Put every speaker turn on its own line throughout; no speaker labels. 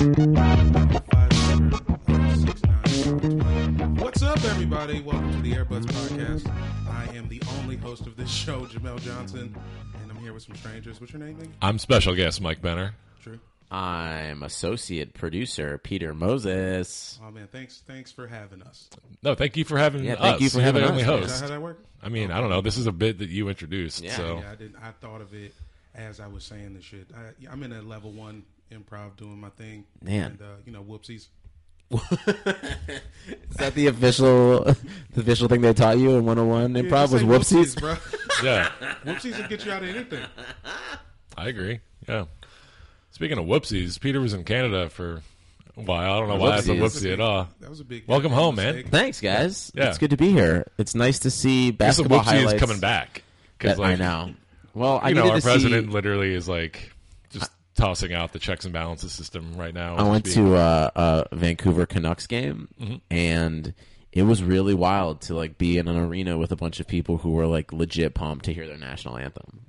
Five, seven, eight, six, nine, seven, twenty. What's up, everybody? Welcome to the Airbuds Podcast. I am the only host of this show, Jamel Johnson, and I'm here with some strangers. What's your name, nigga?
I'm special guest Mike Benner.
True.
I'm associate producer Peter Moses.
Oh man, thanks, thanks for having us.
No, thank you for having
Yeah,
us.
thank you for
You're
having
the
us,
only
man.
Is that
host.
how that worked?
I mean, I don't know. This is a bit that you introduced,
Yeah.
so
Yeah, I didn't. I thought of it as I was saying the shit. I, I'm in a level one improv doing my thing,
Man.
And, uh, you know, whoopsies.
Is that the official the official thing they taught you in 101
Yeah,
improv
just
was
say
whoopsies?
bro.
yeah,
whoopsies will get you out of anything.
I agree. Yeah. Speaking of whoopsies, Peter was in Canada for a while. I don't know why that's a
Whoopsies.
whoopsie at all.
That was a big.
Welcome home, man.
mistake.
Thanks, guys.
Yeah.
It's good to be here. It's nice to see
Guess the
basketball
whoopsie
highlights.
is coming back. 'Cause,
that- I
like,
know. Well, I
You know,
needed
our
to
president
see.
literally is like just tossing out the checks and balances system right now.
I went
Just being-
to uh, a Vancouver Canucks game,
Mm-hmm.
and it was really wild to like be in an arena with a bunch of people who were like legit pumped to hear their national anthem.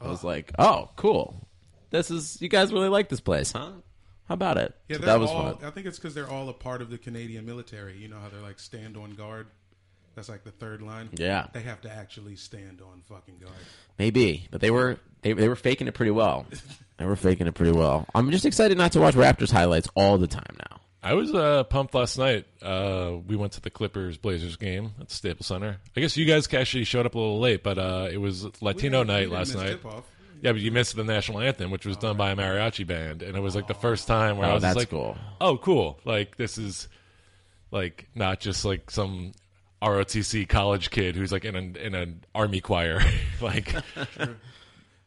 I was like, oh, cool. This is you guys really like this place, huh? How about it?
Yeah,
So
they're
that was
all,
fun.
I think it's because they're all a part of the Canadian military. You know how they're like stand on guard. That's like the third line.
Yeah.
they have to actually stand on fucking guard.
Maybe, but they were they, they were faking it pretty well. They were faking it pretty well. I'm just excited not to watch Raptors highlights all the time now.
I was uh, pumped last night. Uh, we went to the Clippers Blazers game at the Staples Center. I guess you guys actually showed up a little late, but uh, it was Latino
We didn't- we
night
didn't
last
miss
night.
tip-off.
Yeah, but you missed the national anthem, which was done by a mariachi band, and it was like the first time where I
Oh,
was just
that's
like,
cool.
"Oh, cool! Like this is like not just like some ROTC college kid who's like in an in an army choir." like,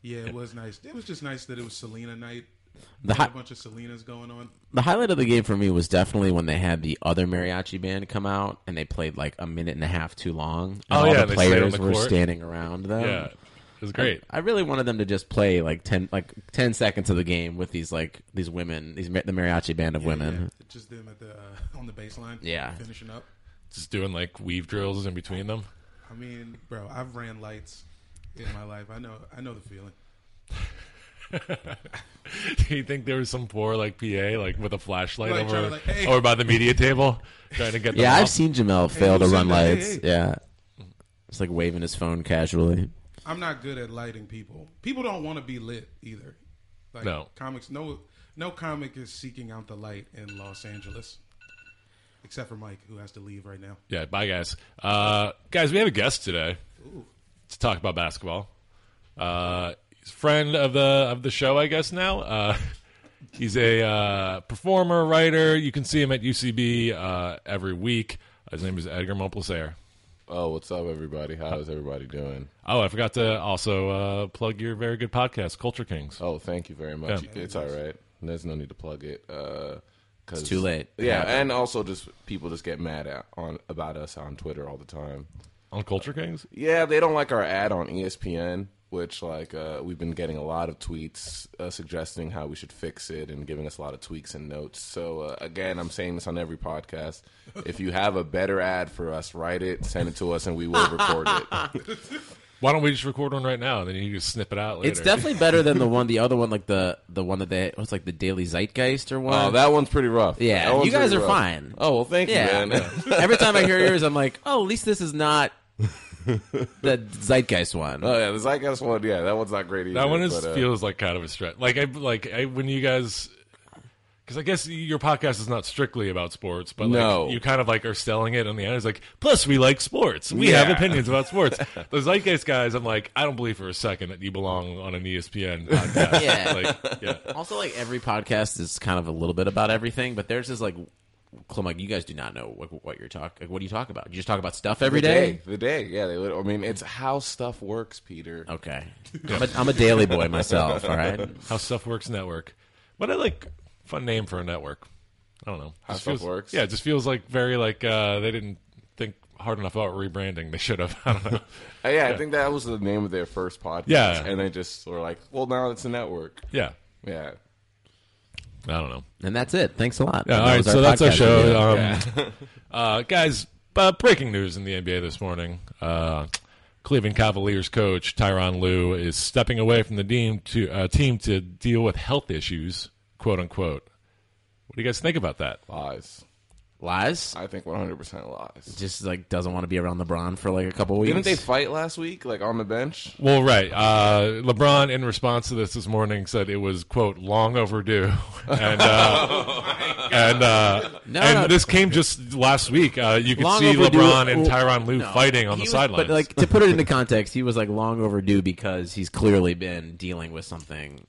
Yeah, it was nice. It was just nice that it was Selena night.
The
Had a
hi-
bunch of Selenas going on.
the highlight of the game for me was definitely when they had the other mariachi band come out and they played like a minute and a half too long. And
Oh,
all
yeah,
the
they stayed on
players
the
were
court.
standing around them.
yeah, it was great.
I really wanted them to just play like ten like ten seconds of the game with these like these women, these ma- the mariachi band of
Yeah,
women.
just them at the uh, on the baseline.
Yeah.
finishing up.
Just doing like weave drills in between them.
I mean, bro, I've ran lights in my life. I know. I know the feeling.
Do you think there was some poor like PA like with a flashlight
Like, trying
over
to, like, hey.
over by the media table trying to get them
Yeah,
off?
I've seen Jamel fail to
who's
run
in there? Hey,
lights.
hey.
Yeah, just like waving his phone casually.
I'm not good at lighting people. People don't want to be lit either. Like
No.
comics no no comic is seeking out the light in Los Angeles. Except for Mike, who has to leave right now.
Yeah, bye guys. Uh, guys, we have a guest today to talk about basketball. Uh, he's a friend of the of the show, I guess now. Uh, he's a uh, performer, writer. You can see him at UCB uh, every week. His name is Edgar Momplesayer.
Oh, what's up, everybody? How is everybody doing?
Oh, I forgot to also uh, plug your very good podcast, Culture Kings.
Oh, thank you very much.
Yeah.
It's all right. There's no need to plug it. Uh, cause,
It's too late.
Yeah,
Yeah.
and also just people just get mad at, on about us on Twitter all the time.
On Culture Kings?
Yeah, they don't like our ad on E ESPN, which like uh, we've been getting a lot of tweets uh, suggesting how we should fix it and giving us a lot of tweaks and notes. So uh, again, I'm saying this on every podcast. If you have a better ad for us, write it, send it to us, and we will record it.
Why don't we just record one right now and then you just snip it out later?
It's definitely better than the one, the other one, like the the one that they what's like the Daily Zeitgeist or one.
Oh, that one's pretty rough.
Yeah,
That one's
you guys
pretty
are
rough.
fine.
Oh well, thank
yeah.
you, man.
Every time I hear yours, I'm like, oh, at least this is not the Zeitgeist one.
Oh yeah, the Zeitgeist one. Yeah, uh, that one's not great either.
That one is
but, uh,
feels like kind of a stretch. Like I like I when you guys Because I guess your podcast is not strictly about sports, but like,
No.
you kind of like are selling it on the end. It's like, plus we like sports. We have
Yeah.
opinions about sports. the Zeitgeist guys, I'm like, I don't believe for a second that you belong on an E ESPN podcast.
Yeah.
Like, yeah.
Also, like every podcast is kind of a little bit about everything, but there's this like, I'm like, you guys do not know what, what you're talking. Like, what do you talk about? You just talk about stuff every
The
day.
day, the day, yeah. They would. I mean, it's how stuff works, Peter.
Okay, I'm a, I'm a daily boy myself. All right,
How Stuff Works Network. But I like fun name for a network. I don't know. How
Stuff Works?
Yeah, it just feels like very like uh, they didn't think hard enough about rebranding. They should have. I don't know.
Uh, yeah, I think that was the name of their first podcast.
Yeah.
and they just were like, "Well, now it's a network."
yeah.
Yeah,
I don't know.
and that's it. Thanks a lot.
Yeah,
That
all right,
was
so that's our
podcast
show.
review.
Um, uh, guys, uh, breaking news in the NBA this morning. Uh, Cleveland Cavaliers coach Tyron Lue is stepping away from the team to, uh, team to deal with health issues, quote unquote. What do you guys think about that?
lies.
Lies.
I think 100 percent lies.
Just like doesn't want to be around LeBron for like a couple weeks.
Didn't they fight last week, like on the bench?
Well, right. Uh, LeBron, in response to this this morning, said it was quote long overdue, and uh, and uh,
No,
and
no.
this came just last week. Uh, you could
Long
see
overdue-
LeBron and
well,
Tyron Lue fighting on
He
the
was-
sidelines.
But like to put it into context, he was like long overdue because he's clearly been dealing with something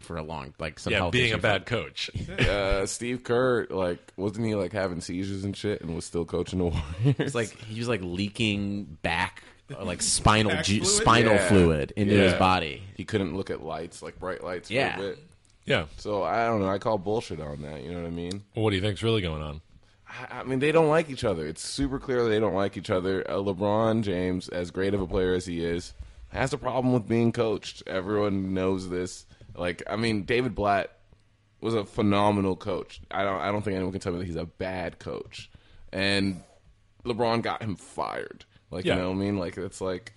for a long like some
yeah,
health
being
issue
a
for-
bad coach.
Uh, Steve Kerr, like, wasn't he like having seizures and shit, and was still coaching the Warriors?
It's like he was like leaking back or, like spinal
Back
ju-
fluid?
spinal
Yeah.
fluid into his
Yeah.
body.
he couldn't look at lights, like bright lights. for a
Yeah.
bit.
Yeah.
So I don't know. I call bullshit on that. You know what I mean?
Well, what do you think's really going on?
I I mean, they don't like each other. It's super clear they don't like each other. Uh, LeBron James, as great of a player as he is, has a problem with being coached. Everyone knows this. Like, I mean, David Blatt was a phenomenal coach. I don't, I don't think anyone can tell me that he's a bad coach. And LeBron got him fired. Like,
Yeah.
you know what I mean? Like, it's like,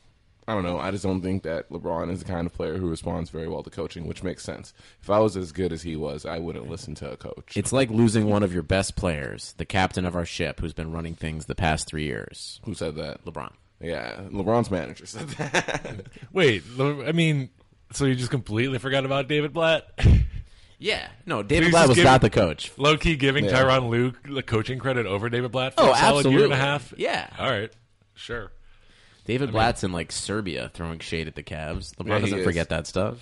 I don't know. I just don't think that LeBron is the kind of player who responds very well to coaching, which makes sense. If I was as good as he was, I wouldn't listen to a coach.
It's like losing one of your best players, the captain of our ship, who's been running things the past three years,
who said that?
LeBron.
Yeah, LeBron's manager said that.
Wait, Le- I mean, so you just completely forgot about David Blatt?
Yeah, no,
Please
David Blatt
just
was
give-
not the coach.
Low key giving
Yeah.
Tyron Lue the coaching credit over David Blatt for
Oh,
a solid year
absolutely.
and a half?
Yeah.
All right. Sure.
David Blatt's in like Serbia throwing shade at the Cavs. LeBron
he
doesn't
is.
forget that stuff.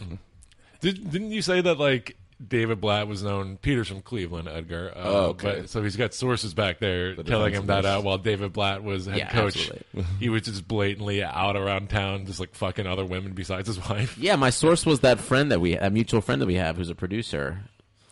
Did, didn't you say that like David Blatt was known? Peter's from Cleveland, Edgar. Uh,
Oh,
okay.
But, so he's got sources back there telling him that out. While David Blatt was head
Yeah,
coach,
absolutely.
he was just blatantly out around town, just like fucking other women besides his wife.
Yeah, my source was that friend that we, a mutual friend that we have, who's a producer,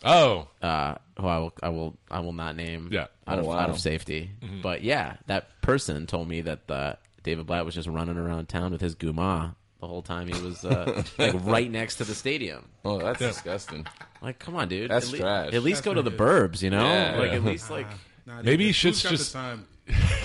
Oh,
uh, who I will, I will, I will not name.
Yeah.
out of
Oh, wow.
out of safety. But yeah, that person told me that the David Blatt was just running around town with his guma the whole time he was uh, like right next to the stadium.
Oh, that's disgusting.
Like, come on, dude.
That's
at
trash.
At least go to the burbs, you know.
Yeah.
Like at
Yeah.
least like
Not
Maybe
even.
you should
Who's got
just-
the time?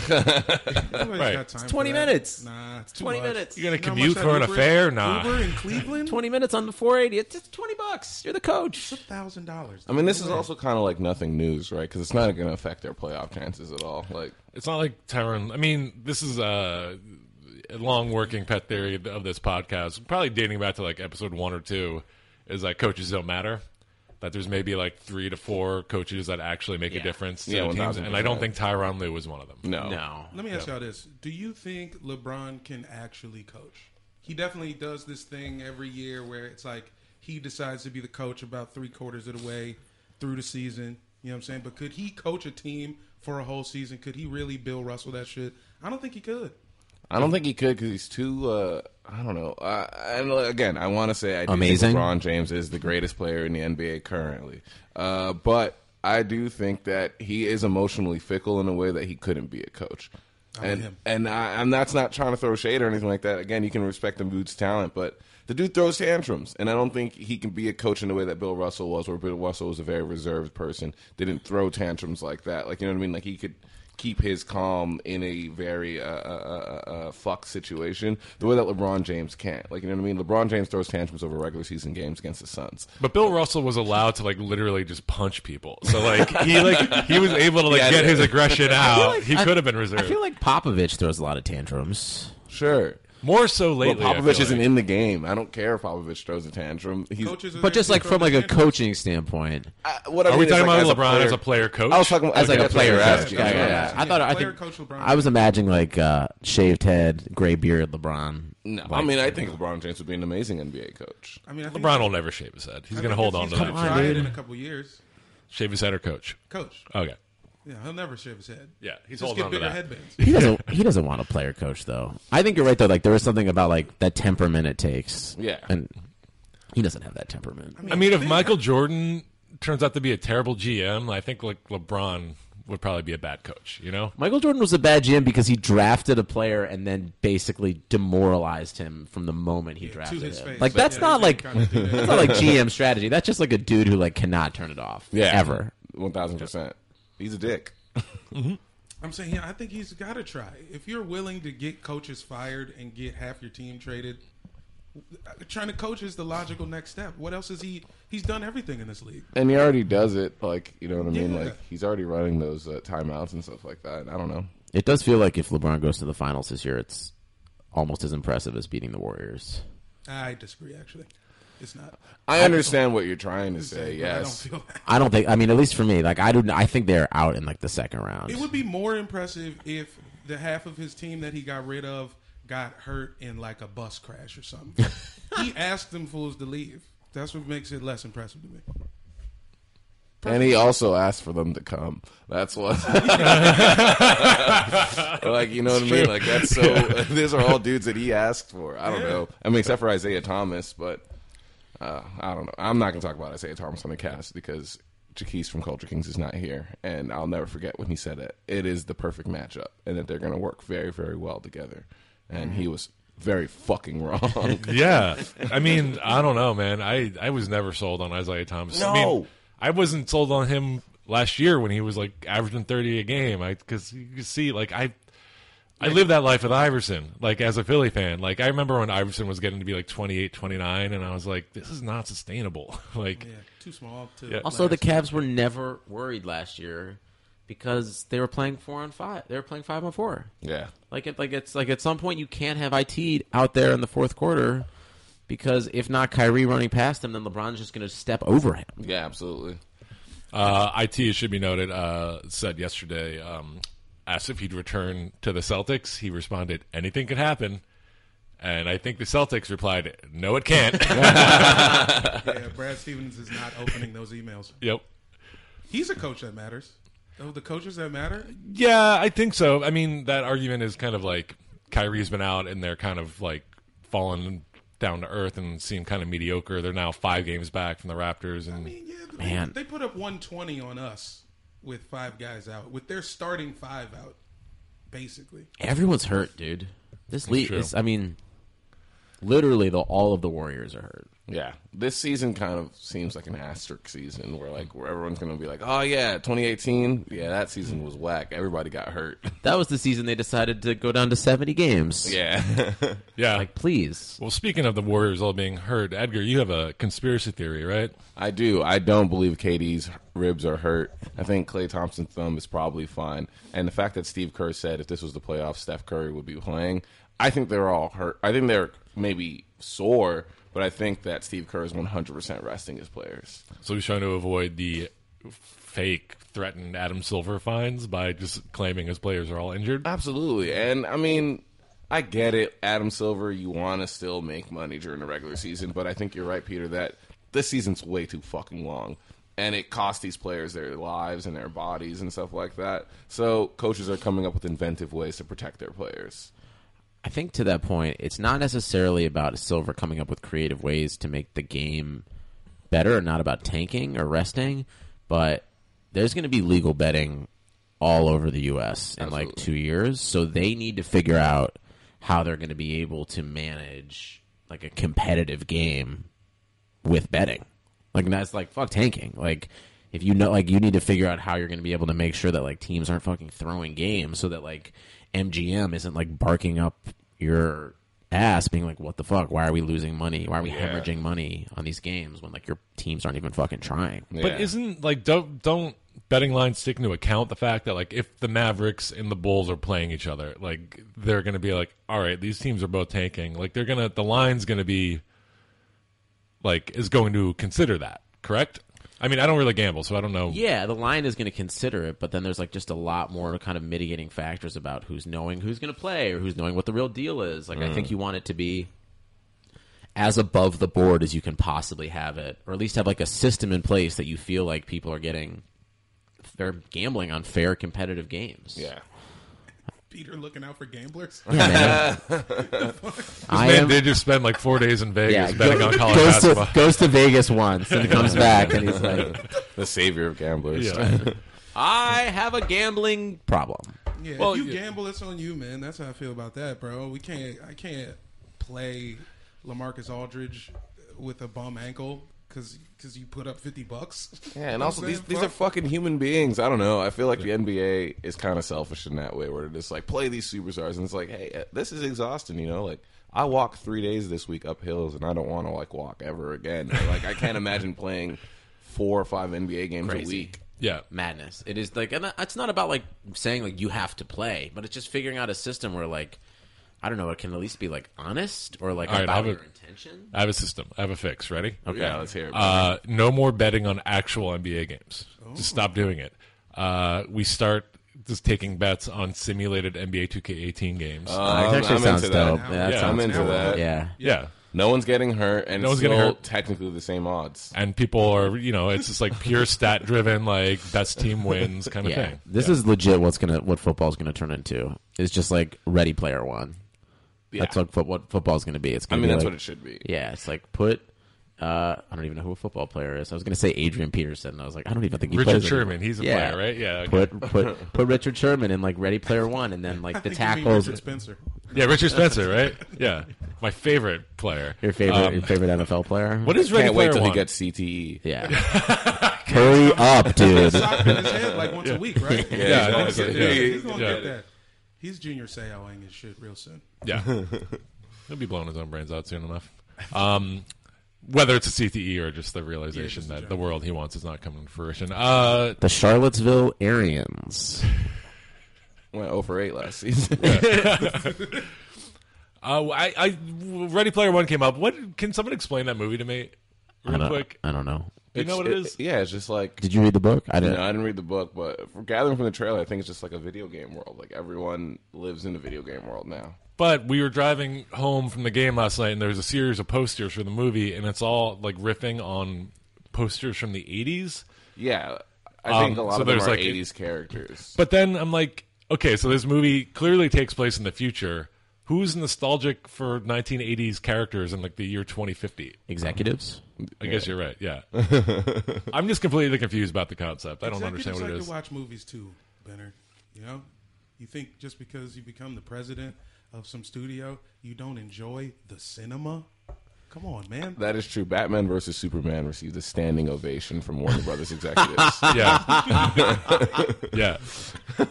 Right.
right. got time
It's 20
for that.
minutes.
Nah, it's too
20
much.
minutes.
you're gonna
You know how
commute
much
for
that
an
Uber-
affair? Nah.
Uber in Cleveland,
twenty minutes on the four eighty. It's just twenty bucks. You're the coach.
thousand dollars.
I mean, this is also kind of like nothing news, right? Because it's not going to affect their playoff chances at all. Like,
It's not like Tyron. I mean, this is a, a long working pet theory of this podcast, probably dating back to like episode one or two, is that coaches don't matter. That there's maybe like three to four coaches that actually make a difference to
Yeah,
the teams,
1000%.
and I don't think Tyron Lue was one of them.
no,
No.
Let me ask y'all this: Do you think LeBron can actually coach? He definitely does this thing every year where it's like he decides to be the coach about three quarters of the way through the season. You know what I'm saying? But could he coach a team for a whole season? Could he really Bill Russell that shit? I don't think he could.
I don't think he could because he's too. Uh, I don't know. Uh, and like, again, I want to say I do
Amazing.
think LeBron James is the greatest player in the NBA currently, uh, but I do think that he is emotionally fickle in a way that he couldn't be a coach. and
him.
and I, I'm that's not trying to throw shade or anything like that. Again, you can respect the dude's talent, but the dude throws tantrums, and I don't think he can be a coach in the way that Bill Russell was, where Bill Russell was a very reserved person, didn't throw tantrums like that. Like you know what I mean? Like he could keep his calm in a very uh, uh, uh, uh, fuck situation, the way that LeBron James can't. Like you know what I mean? LeBron James throws tantrums over regular season games against the Suns.
But Bill Russell was allowed to like literally just punch people, so like he like he was able to like
Yeah,
get
I-
his aggression out. he
I-
could have been reserved.
I feel like Popovich throws a lot of tantrums.
Sure.
More so
Well,
lately. I
Popovich
feel
isn't
like.
in the game. I don't care if Popovich throws a tantrum. He's,
Coaches are
But
there
just
to
like
throw
from like a
tantrum.
coaching standpoint,
I, what I
Are
mean
we
is,
talking
like,
about LeBron as a
player-
player coach?
I was talking
as like a
okay, that's what
player,
you're
coach.
asking.
yeah, yeah,
Okay.
yeah. I thought I
Player
think
coach LeBron.
I was imagining like uh, shaved head, gray beard, LeBron.
No, I mean, I think LeBron James would be an amazing NBA coach.
I mean, I think
LeBron will never shave his head. He's
I
going to
think
hold
if
on
he's
to
gonna
that.
Come on,
Try it
dude.
in a couple years,
Shave his head or coach?
coach.
Okay.
Yeah, he'll never shave his head.
Yeah, he's
just
holding
get
on to
bigger
that.
headbands.
He doesn't. he doesn't want a player coach though. I think you're right though. Like there is something about like that temperament it takes.
Yeah.
and he doesn't have that temperament.
I mean, if Michael Jordan turns out to be a terrible GM, I think like LeBron would probably be a bad coach. You know,
Michael Jordan was a bad GM because he drafted a player and then basically demoralized him from the moment he drafted
his
him.
face.
Like
But
that's
yeah,
not
they
like
kinda do that.
that's not like GM strategy. That's just like a dude who like cannot turn it off.
Yeah.
ever.
1,000%. He's a dick.
I'm saying, yeah, I think he's got to try. If you're willing to get coaches fired and get half your team traded, trying to coach is the logical next step. What else is he? He's done everything in this league.
And he already does it. Like, you know what I mean?
Yeah.
Like, he's already running those uh, timeouts and stuff like that. I don't know.
It does feel like if LeBron goes to the finals this year, it's almost as impressive as beating the Warriors.
I disagree. Actually, it's not.
I understand what you're trying to say,
But I don't
Uh, yes.
feel that.
I don't think. I mean, at least for me, like I do. I think they're out in like the second round.
It would be more impressive if the half of his team that he got rid of got hurt in like a bus crash or something. he asked them fools to leave. That's what makes it less impressive to me.
And he also asked for them to come. That's what. like, you know what I mean? Like, that's so. These are all dudes that he asked for. I don't
Yeah.
know. I mean, except for Isaiah Thomas, but uh, I don't know. I'm not going to talk about Isaiah Thomas on the cast because Jaquise from Culture Kings is not here. And I'll never forget when he said it. It is the perfect matchup and that they're going to work very, very well together. And he was very fucking wrong.
yeah. I mean, I don't know, man. I, I was never sold on Isaiah Thomas. I mean,
No.
I wasn't sold on him last year when he was like averaging 30 a game. I cuz you could see like I I lived that life with Iverson, like as a Philly fan. Like I remember when Iverson was getting to be like 28, 29 and I was like this is not sustainable. like
Yeah, too small. To
Yeah.
also, the
last.
Cavs were never worried last year because they were playing four on five. They were playing five on four.
yeah.
Like it, like it's like at some point you can't have it out there in the fourth quarter because if not Kyrie running past him, then LeBron's just going to step over him.
Yeah, absolutely.
Uh, it it should be noted uh, said yesterday um, asked if he'd return to the Celtics. He responded, "Anything could happen," and I think the Celtics replied, "No, it can't."
Yeah, Brad Stevens is not opening those emails.
yep.
He's a coach that matters. Of the coaches that matter,
Yeah, I think so. I mean, that argument is kind of like Kyrie's been out and they're kind of like falling down to earth and seem kind of mediocre. They're now five games back from the Raptors, and
I mean, yeah, they-
Man.
They, put up 120 on us with five guys out, with their starting five out, basically.
Everyone's hurt, dude. This league,
true.
is, I mean, literally, the all of the Warriors are hurt.
Yeah, this season kind of seems like an asterisk season where like where everyone's gonna be like, oh yeah, 2018, yeah, that season was whack. Everybody got hurt.
That was the season they decided to go down to seventy games.
Yeah,
yeah.
Like, please.
well, speaking of the Warriors all being hurt, Edgar, you have a conspiracy theory, right?
I do. I don't believe KD's ribs are hurt. I think Clay Thompson's thumb is probably fine. And the fact that Steve Kerr said if this was the playoffs, Steph Curry would be playing. I think they're all hurt. I think they're maybe sore, but I think that Steve Kerr is 100% resting his players.
So he's trying to avoid the fake threatened Adam Silver fines by just claiming his players are all injured.
Absolutely. And I mean, I get it, Adam Silver, you want to still make money during the regular season, but I think you're right, Peter, that this season's way too fucking long. And it costs these players their lives and their bodies and stuff like that. So coaches are coming up with inventive ways to protect their players.
I think to that point, it's not necessarily about Silver coming up with creative ways to make the game better, not about tanking or resting, but there's going to be legal betting all over the U.S. in like
Absolutely.
two years, so they need to figure out how they're going to be able to manage like a competitive game with betting. Like and that's like fuck tanking. Like if you know like you need to figure out how you're going to be able to make sure that like teams aren't fucking throwing games so that like MGM isn't like barking up your ass, being like, "What the fuck? Why are we losing money? Why are we hemorrhaging money on these games when like your teams aren't even fucking trying?"
But
Yeah.
isn't like don't don't betting lines take into account the fact that like if the Mavericks and the Bulls are playing each other, like they're gonna be like, all right, these teams are both tanking. Like they're gonna the line's gonna be like is going to consider that correct? I mean, I don't really gamble, so I don't know.
Yeah, the line is going to consider it, but then there's like just a lot more kind of mitigating factors about who's knowing who's going to play or who's knowing what the real deal is. Like I think you want it to be as above the board as you can possibly have it, or at least have like a system in place that you feel like people are getting they're gambling on fair competitive games.
Yeah.
Peter looking out for gamblers.
Yeah, man. I
Man
am-
did just spend like four days in Vegas
yeah,
betting
go-
on college
goes
basketball.
to, goes to Vegas once and comes back and he's like,
The savior of gamblers.
Yeah.
"I have a gambling problem."
Yeah,
Well,
if you
yeah.
gamble, it's on you, man. That's how I feel about that, bro. We can't. I can't play Lamarcus Aldridge with a bum ankle because because you put up fifty bucks.
Yeah, and
I'm
also these,
saying,
these
fuck.
are fucking human beings. I don't know. I feel like the NBA is kind of selfish in that way, where it's like play these superstars, and it's like, hey, uh, this is exhausting. You know, like I walked three days this week up hills, and I don't want to like walk ever again. Or, like I can't imagine playing four or five NBA games a
Crazy.
week.
yeah.
madness. It is like, and it's not about like saying like you have to play, but it's just figuring out a system where like, I don't know, it can at least be like honest or like
All right,
about
I've-
your intention.
I have a system. I have a fix. Ready?
Okay, yeah, let's hear it.
Uh, no more betting on actual NBA games. Just stop doing it. Uh, we start just taking bets on simulated NBA 2K18 games.
Um, I'm into
Yeah,
Yeah.
that. I'm
sounds
into
cool.
that.
Uh, yeah.
yeah.
No one's getting hurt, and
No one's
still
getting hurt.
technically the same odds.
And people are, you know, it's just like pure stat driven, like best team wins kind of
Yeah.
thing.
This is legit. What's gonna what football's gonna turn into is just like Ready Player One. That's what, fo- what football's gonna be. It's
I
gonna
mean,
be
that's
like-
what it should be.
Yeah, it's like put. Uh, I don't even know who a football player is. I was gonna say Adrian Peterson. and I was like, I don't even think he
Richard
plays anymore.
Sherman, he's a
Yeah.
player, right? Yeah. okay.
Put put put Richard Sherman in like Ready Player One, and then like the
Think you mean
tackles.
Richard Spencer.
Yeah, Richard Spencer, right? Yeah. My favorite player. Uh,
Your favorite,
Um,
your favorite NFL player?
What is Ready
Can't wait
Player
till he
One?
gets E. CTE.
Yeah. Hurry up, dude.
Sock in his head like once a week, right?
Yeah,
he's gonna
exactly.
get that.
Yeah.
He's gonna
Yeah.
get that. He's Junior Seau and shit real soon.
Yeah. He'll be blowing his own brains out soon enough. Um, whether it's a CTE or just the realization
just in
that the
general.
world he wants is not coming to fruition. Uh,
The Charlottesville Arians.
Went 0 for 8 last season.
uh, I, I, Ready Player One came up. What can someone explain that movie to me,
I
real
don't,
quick?
Uh, I don't know.
Do you know what it is?
yeah, it's just like
Did you read the book? I didn't.
No, I didn't read the book, but from gathering from the trailer, I think it's just like a video game world. Like everyone lives in a video game world now.
But we were driving home from the game last night, and there was a series of posters for the movie, and it's all like riffing on posters from the '80s.
Yeah, I
Um,
think a lot
so
of them
there's,
are
like,
'80s characters.
But then I'm like, okay, so this movie clearly takes place in the future. Who's nostalgic for 1980s characters in like the year 2050?
Executives?
I guess you're right. Yeah, I'm just completely confused about the concept. I don't understand
Executives
what
like
it
to
is.
watch movies too, Benner. You know, you think just because you become the president of some studio, you don't enjoy the cinema? Come on, man.
that is true. Batman versus Superman received a standing ovation from Warner Brothers executives.
Yeah, yeah.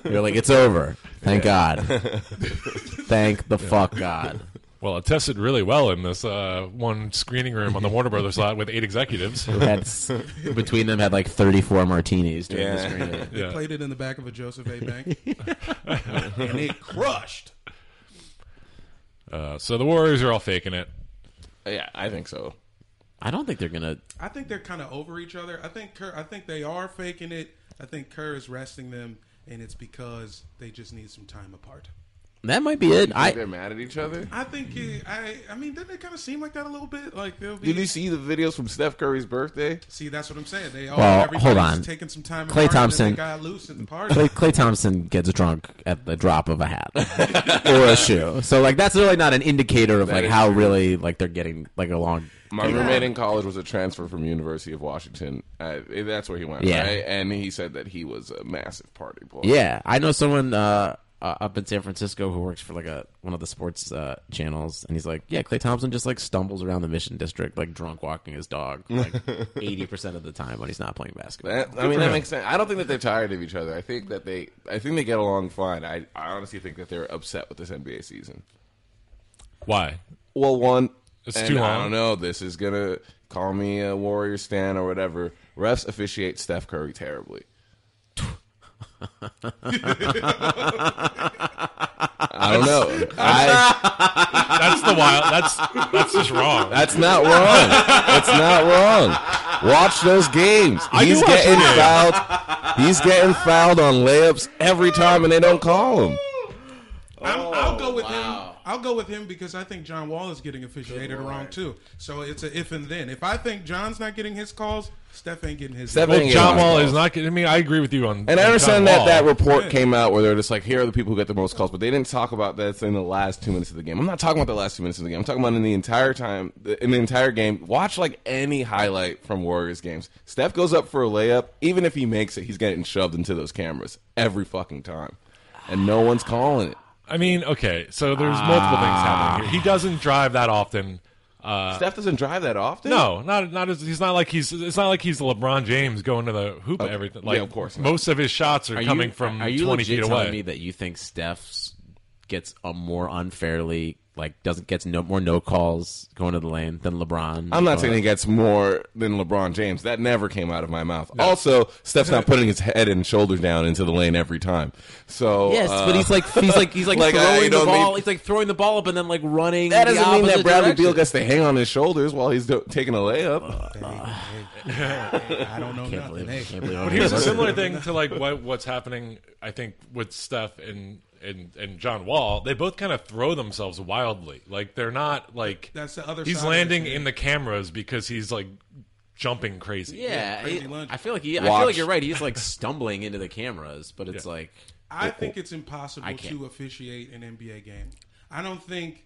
You're like, it's over. Thank God. Thank the fuck God.
Well, it tested really well in this uh, one screening room on the Warner Brothers lot with eight executives.
That's between them had like 34 martinis during the
Yeah.
screening.
They
Yeah.
played it in the back of a Joseph A. Bank, and it crushed.
Uh, so the Warriors are all faking it.
yeah, I think so.
I don't think they're gonna.
I think they're kind of over each other. I think Kerr, I think they are faking it. I think Kerr is resting them, and it's because they just need some time apart.
That might be it. I
They're mad at each other.
I think it, I I mean didn't it kind of seem like that a little bit? Like they'll be.
Did you see the videos from Steph Curry's birthday?
See, that's what I'm saying. They all
Well,
everybody's
hold on.
taking some time.
Klay
apart, and then
Thompson.
they got loose at the party.
Clay, Clay Thompson gets drunk at the drop of a hat or a shoe. So like that's really not an indicator of like
is
how really like they're getting like along.
My roommate in college was a transfer from University of Washington. Uh, that's where he went,
Yeah.
right? And he said that he was a massive party boy.
Yeah, I know someone uh, uh, up in San Francisco who works for like a one of the sports uh, channels, and he's like, yeah, Clay Thompson just like stumbles around the Mission District like drunk walking his dog like eighty percent of the time when he's not playing basketball.
That, I mean, that makes sense. I don't think that they're tired of each other. I think that they, I think they get along fine. I, I honestly think that they're upset with this NBA season.
Why?
well, one.
It's
and
too
I
long.
don't know. This is gonna call me a warrior stan or whatever. Refs officiate Steph Curry terribly. I don't know. I,
That's the wild. That's that's just wrong.
that's not wrong. That's not wrong. Watch those games.
do
He's
watch the
getting
game.
fouled. He's getting fouled on layups every time, and they don't call him.
I'm,
Oh,
I'll go with him. I'll go with him because I think John Wall is getting officiated wrong too. So it's a if and then. If I think John's not getting his calls, Steph ain't getting his.
Steph
Well,
ain't
John
getting
Wall
calls.
is not. getting- I mean, I agree with you on.
And I
on John
understand that
Wall.
that report came out where they're just like, here are the people who get the most calls, but they didn't talk about that in the last two minutes of the game. I'm not talking about the last two minutes of the game. I'm talking about in the entire time, in the entire game. Watch like any highlight from Warriors games. Steph goes up for a layup, even if he makes it, he's getting shoved into those cameras every fucking time, and no one's calling it.
I mean, okay, so there's multiple things happening here. He doesn't drive that often. Uh,
Steph doesn't drive that often.
no, not not as he's not like he's it's not like he's LeBron James going to the hoop every
Yeah,
like
of course not.
most of his shots are,
Are
coming
you,
from
are you
twenty
legit
feet
telling
away.
me that you think Steph's gets a more unfairly like doesn't gets no more no calls going to the lane than LeBron?
I'm not
Or-
saying he gets more than LeBron James. That never came out of my mouth. Also, Steph's not putting his head and shoulders down into the lane every time. So
Yes,
uh,
but he's like he's like he's like,
Like, uh,
throwing
you
the
know what I
ball.
mean?
He's like throwing the ball up and then like running.
That doesn't
the
mean that
opposite
Bradley
direction.
Beal gets to hang on his shoulders while he's do- taking a layup.
I don't know
Can't
nothing.
believe,
Hey,
can't believe I'm
Here's a
here.
similar thing to like what what's happening. I think with Steph and and and John Wall, they both kind of throw themselves wildly. Like they're not like
That's the other
He's
side of
landing
it, yeah.
in the cameras because he's like jumping crazy.
Yeah,
crazy
he-
lunch.
I feel like he, I
Watch.
feel like you're right. He's like stumbling into the cameras, but it's like
I think it's impossible
Oh, I can't.
to officiate an NBA game. I don't think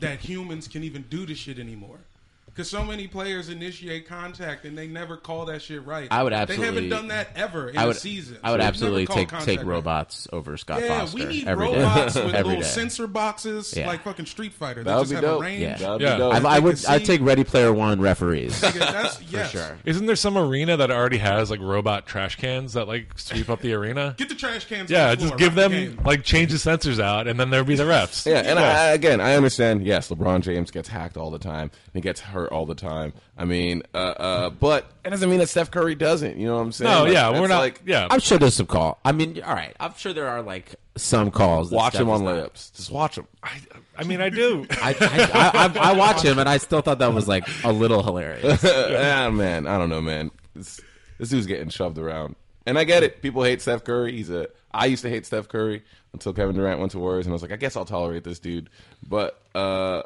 that humans can even do this shit anymore. Because so many players initiate contact and they never call that shit right.
I would
They haven't
absolutely-
done that ever in
I would
a season.
I would
They've never
absolutely
called
take
contact
take
right.
robots over Scott
Yeah,
Foster
we need
every day.
robots with
Every
little
day.
sensor boxes
Yeah.
like fucking Street Fighter. They
That would
just
be
have a
dope.
range.
Yeah.
That would
Yeah.
be dope.
I, I would
Efficacy.
I take Ready Player One referees.
Yeah, that's, yes.
sure.
Isn't there some arena that already has like robot trash cans that like sweep up the arena?
Get the trash cans. on
Yeah,
the
just
floor,
give
right?
them
Game.
like change the sensors out, and then there'd be the refs.
Yeah, and I, I- again, I understand. Yes, LeBron James gets hacked all the time and he gets hurt all the time. I mean, uh, uh, but that doesn't mean that Steph Curry doesn't. You know what I'm saying?
no,
Like,
yeah, we're
that's
not.
Like,
yeah,
I'm sure there's some call. I mean, all right. I'm sure there are like some calls. That
watch
Steph
him
is
on
not-
layups. Just watch him.
I, I mean, I do.
I, I, I, I, I watch him, and I still thought that was like a little hilarious.
ah, man, I don't know, man. This, this dude's getting shoved around, and I get it. People hate Steph Curry. He's a. I used to hate Steph Curry until Kevin Durant went to Warriors, and I was like, I guess I'll tolerate this dude. But uh,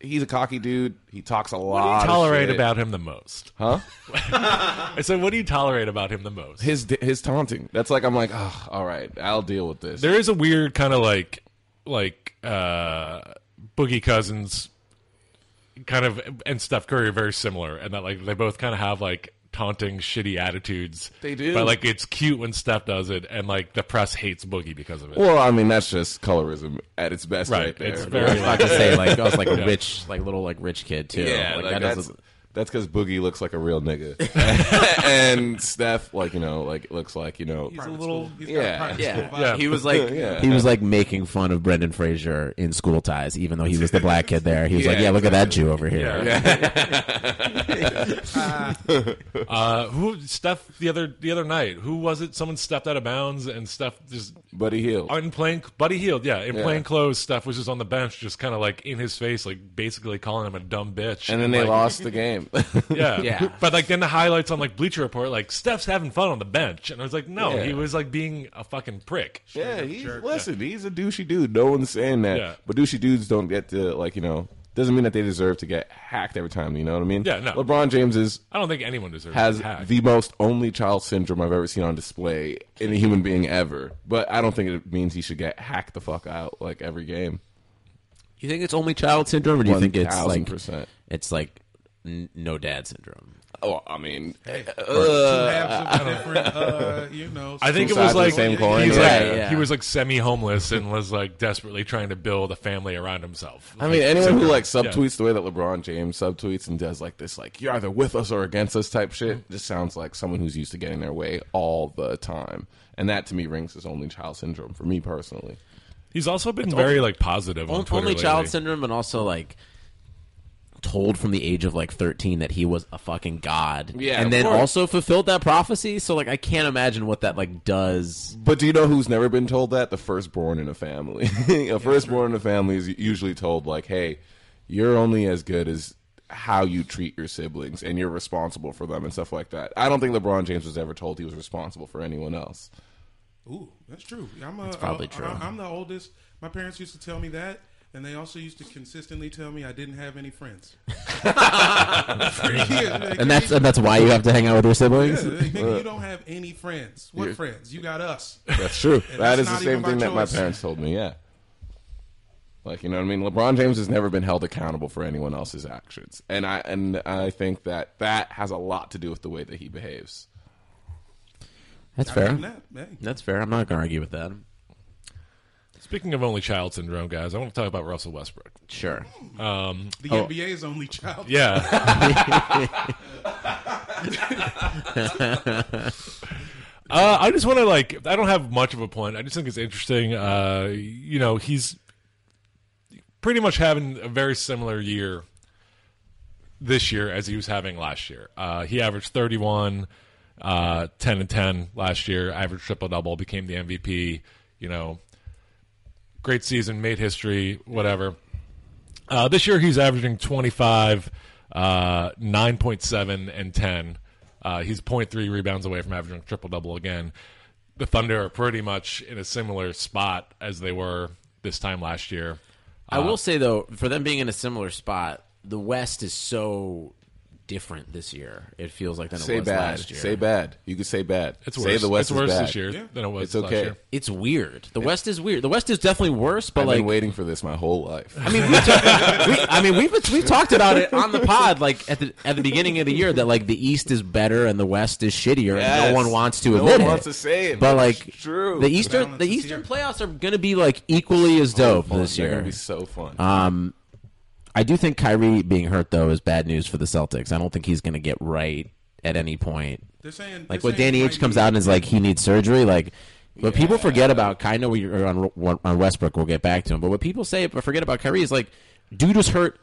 he's a cocky dude. He talks a lot.
What do you
of
tolerate
shit.
about him the most?
huh?
I said, what do you tolerate about him the most?
His his taunting. That's like I'm like, oh, all right, I'll deal with this.
there is a weird kind of like like uh boogie cousins kind of and steph curry are very similar and that like they both kind of have like taunting shitty attitudes
They do.
but like it's cute when steph does it and like the press hates boogie because of it
well, I mean, that's just colorism at its best, right,
Right,
there.
it's
I was
very-
about to say like I was like a rich, like little like rich kid too.
yeah, like,
that
that's
doesn't-
that's because Boogie looks like a real nigga, and Steph, like you know, like looks like you know,
Private
little-
school. He's
Yeah,
got a private
yeah.
school vibe.
Yeah.
He was like
Yeah.
he was like making fun of Brendan Fraser in school ties, even though he was the black kid there. He was like,
Yeah,
"Yeah, look at that Jew over here."
uh who steph the other the other night who was it someone stepped out of bounds and steph just
Buddy Hill.
in plain buddy healed yeah in
Yeah.
plain clothes steph was just on the bench just kind of like in his face like basically calling him a dumb bitch
and then they
like,
lost the game.
Yeah.
Yeah.
But like then the highlights on like Bleacher Report, like Steph's having fun on the bench, and I was like, no,
Yeah.
he was like being a fucking prick.
yeah, he's, listen, he's a douchey dude. No one's saying that,
Yeah.
but douchey dudes don't get to like you know. Doesn't mean that they deserve to get hacked every time. You know what I mean?
Yeah, no.
LeBron James is
I don't think anyone deserves
has
to be hacked.
the most only child syndrome I've ever seen on display in a human being ever. But I don't think it means he should get hacked the fuck out like every game.
You think it's only child syndrome, or do you think it's like
1000%.
it's like n- no dad syndrome?
Oh, I mean,
Uh,
Two halves of different, uh, you know.
I think
two
it was
sides of the
like,
same coin,
he's
yeah.
like-
Yeah.
he was like semi homeless and was like desperately trying to build a family around himself.
I mean, anyone who like subtweets the way that LeBron James subtweets and does like this, like you're either with us or against us type shit, just sounds like someone who's used to getting their way all the time, and that to me rings as only child syndrome for me personally.
he's also been very like positive on Twitter
only
lately.
child syndrome, and also like told from the age of like 13 that he was a fucking god.
Yeah,
and
of
then
course.
also fulfilled that prophecy. So like I can't imagine what that like does.
But do you know who's never been told that? The firstborn in a family. a firstborn in a family is usually told, like, hey, you're only as good as how you treat your siblings and you're responsible for them and stuff like that. I don't think LeBron James was ever told he was responsible for anyone else.
Ooh, that's true. I'm a,
probably
I-
true.
I, am the oldest. My parents used to tell me that, and they also used to consistently tell me I didn't have any friends. For years, like,
And that's and that's why you have to hang out with your
yeah,
siblings.
like, nigga, you don't have any friends. What friends? You got us.
That's true. that
that's
is the
not
same
even by
thing that my
choice.
parents told me, yeah. Like, you know what I mean? LeBron James has never been held accountable for anyone else's actions. And I and I think that that has a lot to do with the way that he behaves.
That's
I mean,
fair.
that- hey.
That's fair. I'm not gonna argue with that.
Speaking of only child syndrome, guys, I want to talk about Russell Westbrook.
Sure.
The
Oh.
NBA's only child.
Yeah. uh, I just want to like. I don't have much of a point. I just think it's interesting. Uh, you know, he's pretty much having a very similar year this year as he was having last year. Uh, he averaged 31, uh, 10 and 10 last year. Averaged triple double. Became the MVP. You know, great season, made history, whatever. Uh, this year he's averaging 25, uh, 9.7, and 10. Uh, he's 0.3 rebounds away from averaging triple double again. The Thunder are pretty much in a similar spot as they were this time last year.
I will say though, for them being in a similar spot, the West is so different this year. It feels like than it
Say
was
bad.
last year.
Say bad. You could say bad.
It's
Say
worse.
the West
it's
is
worse
bad.
this year
Yeah.
than it was
It's
last
okay.
year.
It's weird. The West is weird. The West is definitely worse, but
I've
like
been waiting for this my whole life.
I mean, we took, we, I mean, we've we've talked about it on the pod, like at the at the beginning of the year, that like the East is better and the West is shittier, and
Yes.
no one wants to
No
admit
one
it.
wants to say it,
but
but
like
it's true.
the Eastern
Balance
the
is
Eastern
here.
playoffs are going to be like equally as dope this
They're
year. uh,
gonna be so fun.
I do think Kyrie being hurt though is bad news for the Celtics. I don't think he's going to get right at any point.
They're saying
Like
they're
when
saying
Danny
he
Inch
might
comes
be-
out and is like he needs surgery, like what people forget about. I know we are on on Westbrook. We'll get back to him, but what people say but forget about Kyrie is like, dude was hurt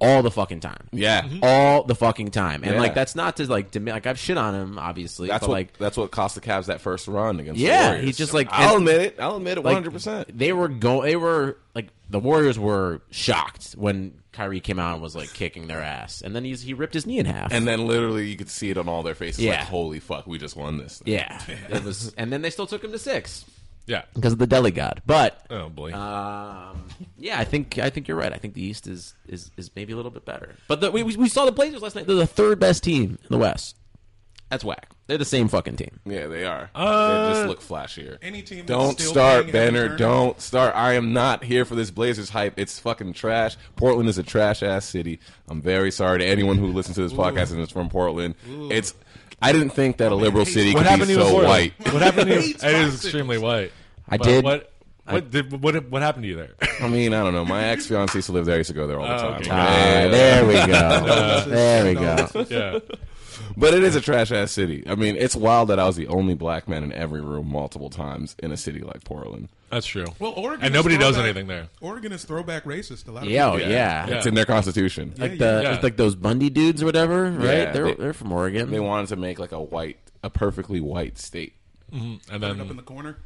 all the fucking time.
yeah,
All the fucking time, and
Yeah.
like that's not to like demi- like I've shit on him obviously,
that's
but
what
like
that's what cost the Cavs that first run against.
Yeah,
the Warriors.
he's just like-
I'll
and-
admit it. I'll admit it
like,
one hundred percent.
They were go. They were like the Warriors were shocked when Kyrie came out and was like kicking their ass, and then he's he ripped his knee in half.
And then literally you could see it on all their faces. like,
Yeah.
holy fuck, we just won this. Thing.
yeah, it was. And then they still took him to six
Yeah.
because of the deli god. But
Oh boy.
Uh,
um, yeah, I think I think you're right. I think the East is is, is maybe a little bit better. But the, we we we saw the Blazers last night. They're the third best team in the West. That's whack. They're the same fucking team.
yeah, they are.
Uh,
they just look flashier.
Any team that's
Don't
still
start,
playing Evan
Benner.
Turner-
Don't start. I am not here for this Blazers hype. It's fucking trash. Portland is a trash ass city. I'm very sorry to anyone who listens to this podcast and is from Portland. It's. I didn't think that a liberal city
what
could
happened
be
to you in
so
Florida?
white.
What happened to you?
Hates
It is
bicycles.
extremely white.
I
But
did-
What? What did? What? What happened to you there?
I mean, I don't know. My ex fiance used to live there. I used to go there all the
Oh,
time.
okay.
Ah, there we go. There we go.
yeah.
But it is a trash ass city. I mean, it's wild that I was the only black man in every room multiple times in a city like Portland.
That's true.
Well, Oregon is
and nobody does
throwback-
anything there.
Oregon is throwback racist. A lot of
Yeah, oh,
people-
yeah.
Yeah.
It's in their constitution.
Like
yeah,
the
yeah.
it's like those Bundy dudes or whatever, right?
Yeah,
they're
they-
they, are from Oregon.
They wanted to make like a white, a perfectly white state.
And
Put it up in
then
the corner.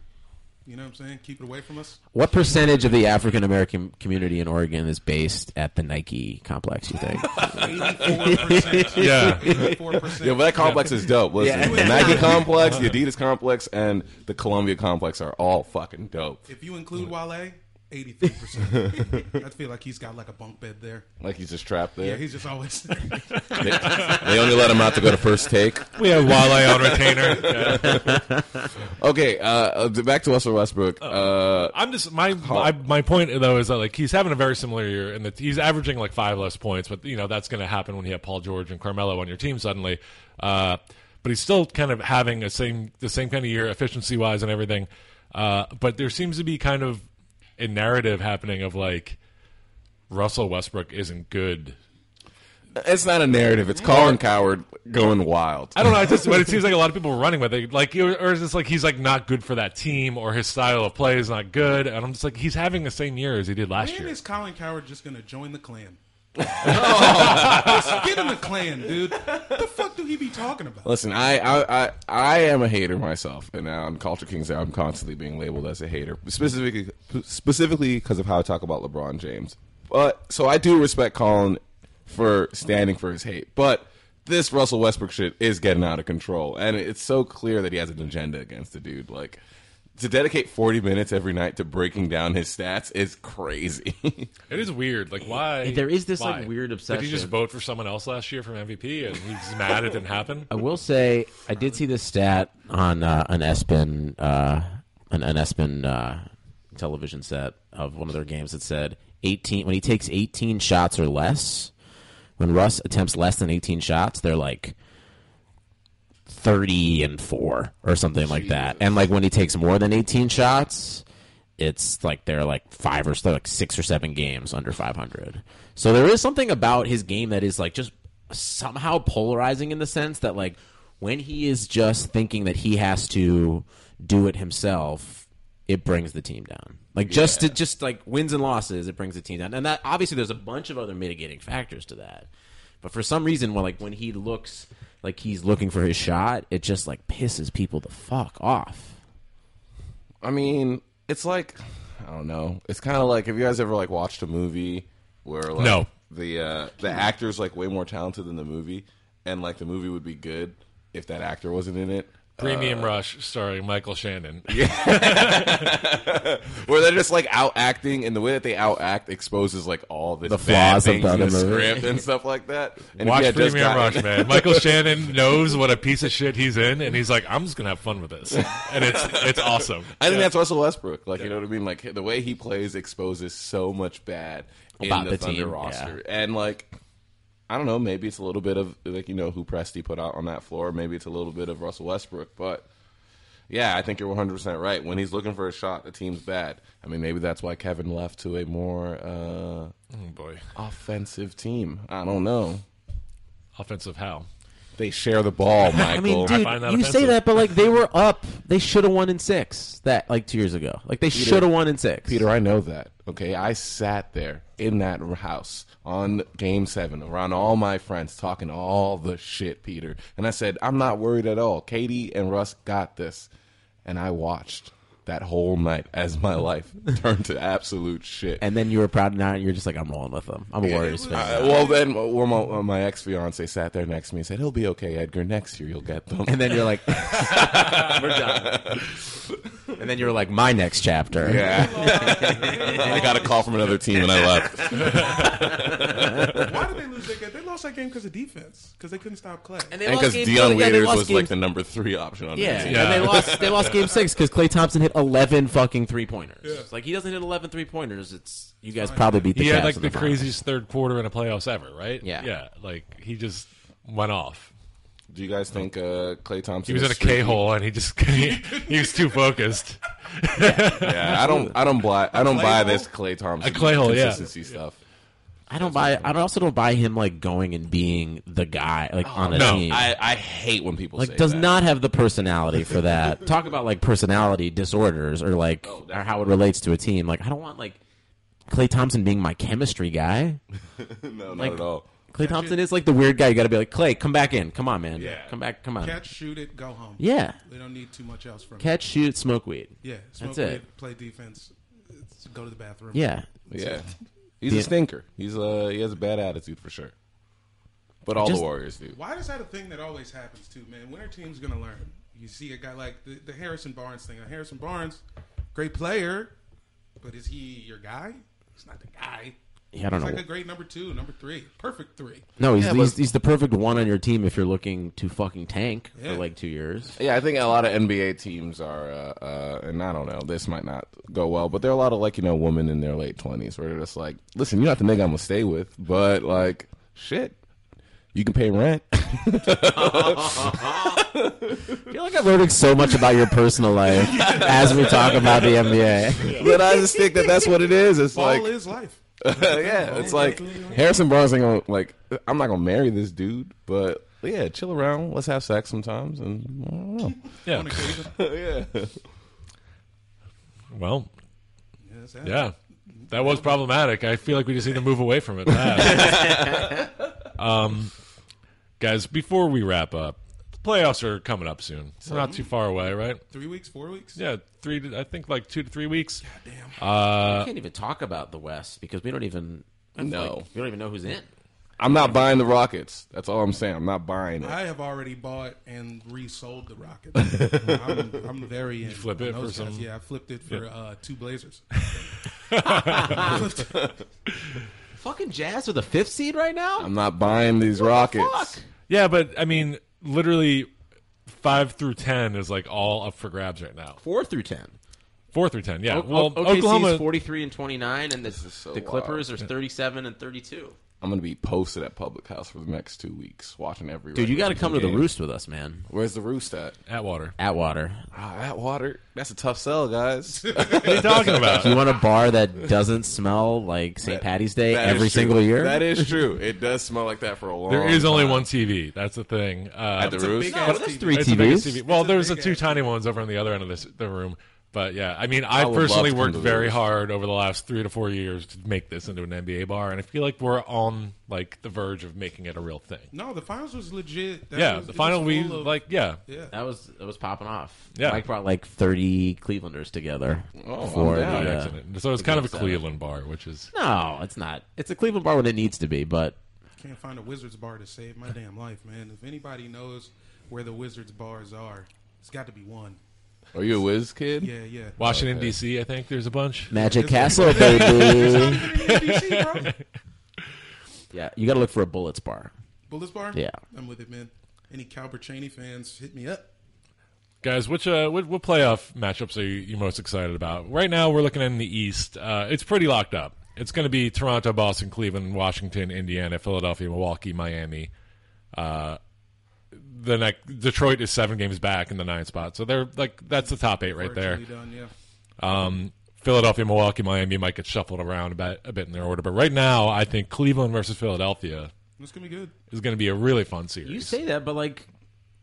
You know what I'm saying? Keep it away from us.
what percentage of the African American community in Oregon is based at the Nike complex? You think?
84%.
Yeah.
84%.
Yeah, but that complex is dope. Listen,
Yeah.
the Nike complex, the Adidas complex, and the Columbia complex are all fucking dope.
if you include Wale, 83%. I feel like he's got like a bunk bed there.
Like he's just trapped
Yeah,
there.
he's just always
they, they only let him out to go to first take.
we have Wale on retainer. Yeah.
Okay, uh, uh, back to Russell Westbrook.
Oh.
Uh,
I'm just my, my my point though is that like he's having a very similar year and that he's averaging like five less points, but you know that's going to happen when you have Paul George and Carmelo on your team suddenly. Uh, but he's still kind of having a same the same kind of year efficiency wise and everything. Uh, but there seems to be kind of a narrative happening of like Russell Westbrook isn't good.
it's not a narrative. It's Colin Coward going wild.
I don't know. It's just, but it seems like a lot of people are running with it. Like, or is this like he's like not good for that team, or his style of play is not good? And I'm just like, he's having the same year as he did last
When
year.
is Colin Coward just going to join the clan? Get in the clan, dude. What the fuck do he be talking about?
Listen, I, I, I, I am a hater myself, and on Culture Kings, I'm constantly being labeled as a hater, specifically specifically because of how I talk about LeBron James. But so I do respect Colin for standing for his hate, but this Russell Westbrook shit is getting out of control, and it's so clear that he has an agenda against the dude. Like to dedicate 40 minutes every night to breaking down his stats is crazy.
It is weird. Like why?
There is this, like,
why?
weird
Did he just
obsession.
vote for someone else last year from MVP and he's mad it didn't happen?
I will say I did see this stat on uh, an ESPN uh, an, an ESPN uh, television set of one of their games that said 18 when he takes 18 shots or less when Russ attempts less than 18 shots they're like 30 and 4 or something like that and like when he takes more than 18 shots it's like they're like five or so, like six or seven games under 500. So there is something about his game that is like just somehow polarizing in the sense that like when he is just thinking that he has to do it himself, it brings the team down. Like just to, just like wins and losses, it brings the team down. And that obviously there's a bunch of other mitigating factors to that. But for some reason, when like when he looks like he's looking for his shot, it just like pisses people the fuck off.
I mean, it's like I don't know. It's kind of like have you guys ever like watched a movie where like
No.
the uh, the actor's like way more talented than the movie, and like the movie would be good if that actor wasn't in it.
Premium Rush starring Michael Shannon.
Where they're just like out acting, and the way that they out act exposes like all the,
flaws of
bad things
the
in the
other movie.
script and stuff like that. And if he
Watch
had just
Premium
gotten-
Rush, man. Michael Shannon knows what a piece of shit he's in, and he's like, "I'm just gonna have fun with this," and it's it's awesome.
I think that's Russell Westbrook. Like you know what I mean. Like the way he plays exposes so much bad in
About
the,
the
Thunder
team,
roster, and like I don't know, maybe it's a little bit of like you know who Presti put out on that floor. Maybe it's a little bit of Russell Westbrook, but yeah, I think you're 100 percent right. When he's looking for a shot, the team's bad. I mean, maybe that's why Kevin left to a more uh,
Oh boy,
offensive team. I don't know.
offensive how?
They share the ball, Michael.
I mean, dude,
find that
you
offensive.
say that, but like they were up. They should have won in six. That like two years ago. Like they should have won in six.
Peter, I know that. Okay, I sat there in that house on game seven around all my friends talking all the shit, Peter. And I said, I'm not worried at all. Katie and Russ got this. And I watched that whole night as my life turned to absolute shit.
And then you were proud now. You're just like, I'm rolling with them. I'm a Warriors fan.
Uh, well, then well, my, uh, my ex fiance sat there next to me and said, He'll be okay, Edgar. Next year you'll get them.
and then you're like, we're done. And then you're like, my next chapter.
yeah. I got a call from another team and I left.
Why did they lose that game? They lost that game because of defense, because they couldn't stop Clay.
And they
And because
game- yeah,
Dion
they
Waiters
lost
was
game-
like the number three option on the
Yeah,
team.
Yeah.
and they lost. They lost game six because Clay Thompson hit eleven fucking three pointers. Like he doesn't hit eleven three pointers. It's you guys probably beat the.
He had
Cavs
like
in
the
finals.
craziest third quarter in a playoffs ever, right?
Yeah.
yeah. Like he just went off.
Do you guys think uh, Clay
He
Thompson?
was in a
is
K
streaky?
hole, and he just he, he was too focused.
Yeah, I don't, I don't buy, I don't
Clay
buy
hole?
this Clay Thompson
A Clay hole, yeah.
consistency stuff.
I don't buy. I also don't buy him like going and being the guy like on a
no.
team.
I, I hate when people
like
say
does
that.
not have the personality for that. Talk about like personality disorders or like
Oh,
or how it relates to a team. Like I don't want like Clay Thompson being my chemistry guy.
no, not
like-
at all.
Clay Thompson is like the weird guy. You got to be like Clay, come back in, come on, man,
Yeah.
come back, come on,
Catch, shoot it, go home.
yeah,
They don't need too much else from it.
catch, shoot, smoke weed,
Yeah, smoke
That's it.
weed, play defense, it's- go to the bathroom.
yeah.
Yeah, he's
Yeah.
a stinker. He's a, he has a bad attitude for sure. But all
Just-
the Warriors do.
Why is that a thing that always happens too, man? When are teams gonna learn? You see a guy like the, the Harrison Barnes thing. Now, Harrison Barnes, great player, but is he your guy? He's not the guy.
Yeah, I don't
He's
know.
like a great number two, number three, perfect three.
no, he's,
Yeah,
he's,
but-
he's the perfect one on your team if you're looking to fucking tank
Yeah.
for like two years.
Yeah, I think a lot of NBA teams are, uh, uh, and I don't know, this might not go well, but there are a lot of like you know women in their late twenties where they're just like, listen, you're not the nigga I'm gonna stay with, but like, shit, you can pay rent.
I feel like I'm learning so much about your personal life as we talk about the NBA.
but I just think that that's what it is. It's
Ball
like
is life.
yeah, it's like Harrison Barnes ain't gonna like. I'm not gonna marry this dude, but yeah, chill around. Let's have sex sometimes, and I don't know.
Yeah.
On occasion.
yeah,
Well,
Yeah, that's
yeah. That was problematic. I feel like we just need to move away from it. fast. um, guys, before we wrap up, the playoffs are coming up soon. It's not too far away, right?
Three weeks, four weeks?
Yeah, three. to- I think like two to three weeks.
Damn.
I can't even talk about the West because we don't even
No.
like, we don't even know who's in.
I'm not buying the Rockets. That's all I'm saying. I'm not buying it.
I have already bought and resold the Rockets. I'm, I'm very in. You
flip it for some-
Yeah, I flipped it for uh, two Blazers.
Fucking Jazz are the fifth seed right now.
I'm not buying these Rockets.
fuck?
Yeah, but I mean, literally five through ten is like all up for grabs right now.
Four through ten.
Four through ten. Yeah.
O-
well,
O- OKC is
Oklahoma.
forty-three and twenty-nine, and the,
is so
the Clippers are thirty-seven and thirty-two.
I'm gonna be posted at Public House for the next two weeks, watching every.
Dude, you got
regular
to come to
season
the
game.
roost with us, man.
Where's the roost at?
Atwater.
Atwater.
Ah, that water. That's a tough sell, guys.
What are you talking about?
You want a bar that doesn't smell like St. Patty's Day
That
every
is true.
single year?
That is true. It does smell like that for a long.
There is only
time.
one TV. That's the thing. Uh,
at the roost.
no, there's three
It's the biggest
TVs.
TV. Well,
It's a
there's the
big
two
ass
tiny ones over on the other end of this the room. But yeah, I mean, I,
would love
personally
to come
worked
to
very
those.
hard over the last three to four years to make this into an NBA bar, and I feel like we're on like the verge of making it a real thing.
No, the finals was legit. That
yeah,
was-
the
it
final
was
we
full of-
like. Yeah,
Yeah.
That was it was popping off.
Yeah.
Mike brought like thirty Clevelanders together
Oh, I'm
for
down.
the. Uh,
Excellent. so it's kind of a Cleveland bar, which is
no, it's not. It's a Cleveland bar when it needs to be, but
Can't find a Wizards bar to save my damn life, man. If anybody knows where the Wizards bars are, it's got to be one.
Are you a whiz kid?
Yeah, yeah.
Washington D.C. I think there's a bunch.
Magic
It's-
Castle,
It's not
baby.
even in DC, bro.
yeah, you got to look for a Bullets bar.
Bullets bar?
Yeah.
I'm with it, man. Any Calbert Cheney fans, hit me up.
Guys, which uh, what, what playoff matchups are you, you most excited about? Right now, we're looking in the East. Uh, it's pretty locked up. It's going to be Toronto, Boston, Cleveland, Washington, Indiana, Philadelphia, Milwaukee, Miami. Uh, the next, Detroit is seven games back in the ninth spot, so they're like that's the top eight right there.
Virtually Done, yeah.
Um, Philadelphia, Milwaukee, Miami might get shuffled around a bit, a bit in their order, but right now, I think Cleveland versus Philadelphia
It's going to be good.
is going to be a really fun series.
You say that, but like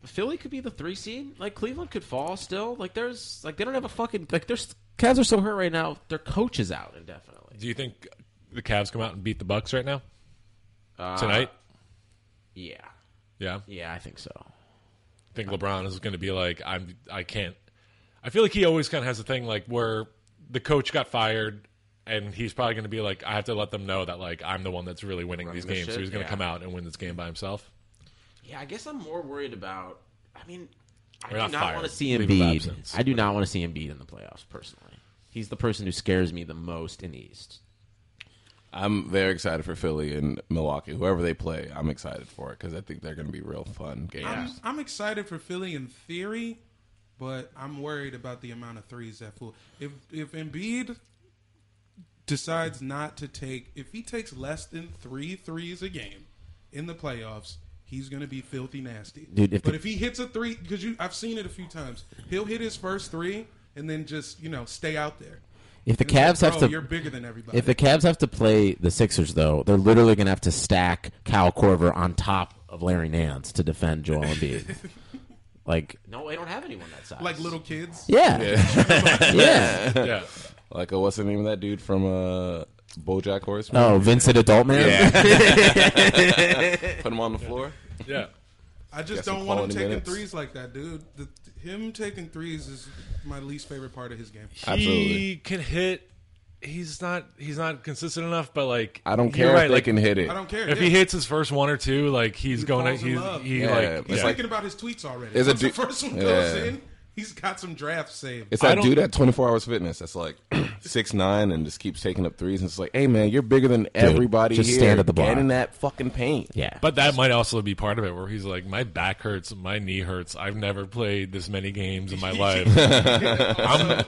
Philly could be the three seed. Like Cleveland could fall still. Like there's like they don't have a fucking like there's Cavs are so hurt right now. Their coach is out indefinitely.
Do you think the Cavs come out and beat the Bucks right now tonight?
Yeah,
Yeah.
yeah, I think so.
think LeBron is going to be like, I'm, I can't. I feel like he always kind of has a thing like where the coach got fired, and he's probably going to be like, I have to let them know that like I'm the one that's really winning these
the
games, so
shit,
he's going to
yeah.
come out and win this game by himself.
Yeah, I guess I'm more worried about. I mean, I
We're not
do not
fired.
want to see
Leave of
Embiid.
absence.
I do not want to see Embiid in the playoffs personally. He's the person who scares me the most in the East.
I'm very excited for Philly and Milwaukee. Whoever they play, I'm excited for it because I think they're going to be real fun games.
I'm, I'm excited for Philly in theory, but I'm worried about the amount of threes that fool. If if Embiid decides not to take, if he takes less than three threes a game in the playoffs, he's going to be filthy nasty.
Dude, if
but
the-
if he hits a three, because you, I've seen it a few times, he'll hit his first three and then just you know stay out there.
If the
And it's
Cavs
like,
have
"Bro,
to
you're bigger than everybody.
If the Cavs have to play the Sixers, though, they're literally going to have to stack Kyle Corver on top of Larry Nance to defend Joel Embiid. like, no, they don't have anyone that size.
like little kids,
yeah, yeah.
yeah,
Like, uh, what's the name of that dude from uh, BoJack Horseman?
Oh, Vincent, adult man.
Put him on the floor.
yeah.
I just
some
don't want him
quality
taking
minutes.
threes like that, dude. The, him taking threes is my least favorite part of his game.
He
Absolutely.
can hit. He's not. He's not consistent enough. But like,
I don't
you're
care
right,
if they
like,
can hit it.
I don't care.
If
yeah.
he hits his first one or two, like he's
He
going.
falls in
He's
love.
he
Yeah,
like.
it's
yeah.
like-
thinking about his tweets already.
There's a
Once the
du-
first one goes
Yeah.
in, he's got some draft saved.
It's
I
that
don't-
dude at 24 Hours Fitness that's like six nine and just keeps taking up threes. And it's like, hey man, you're bigger than everybody.
just
here.
stand at the block.
Get in that fucking paint.
yeah.
But that might also be part of it, where he's like, "My back hurts, my knee hurts. I've never played this many games in my life.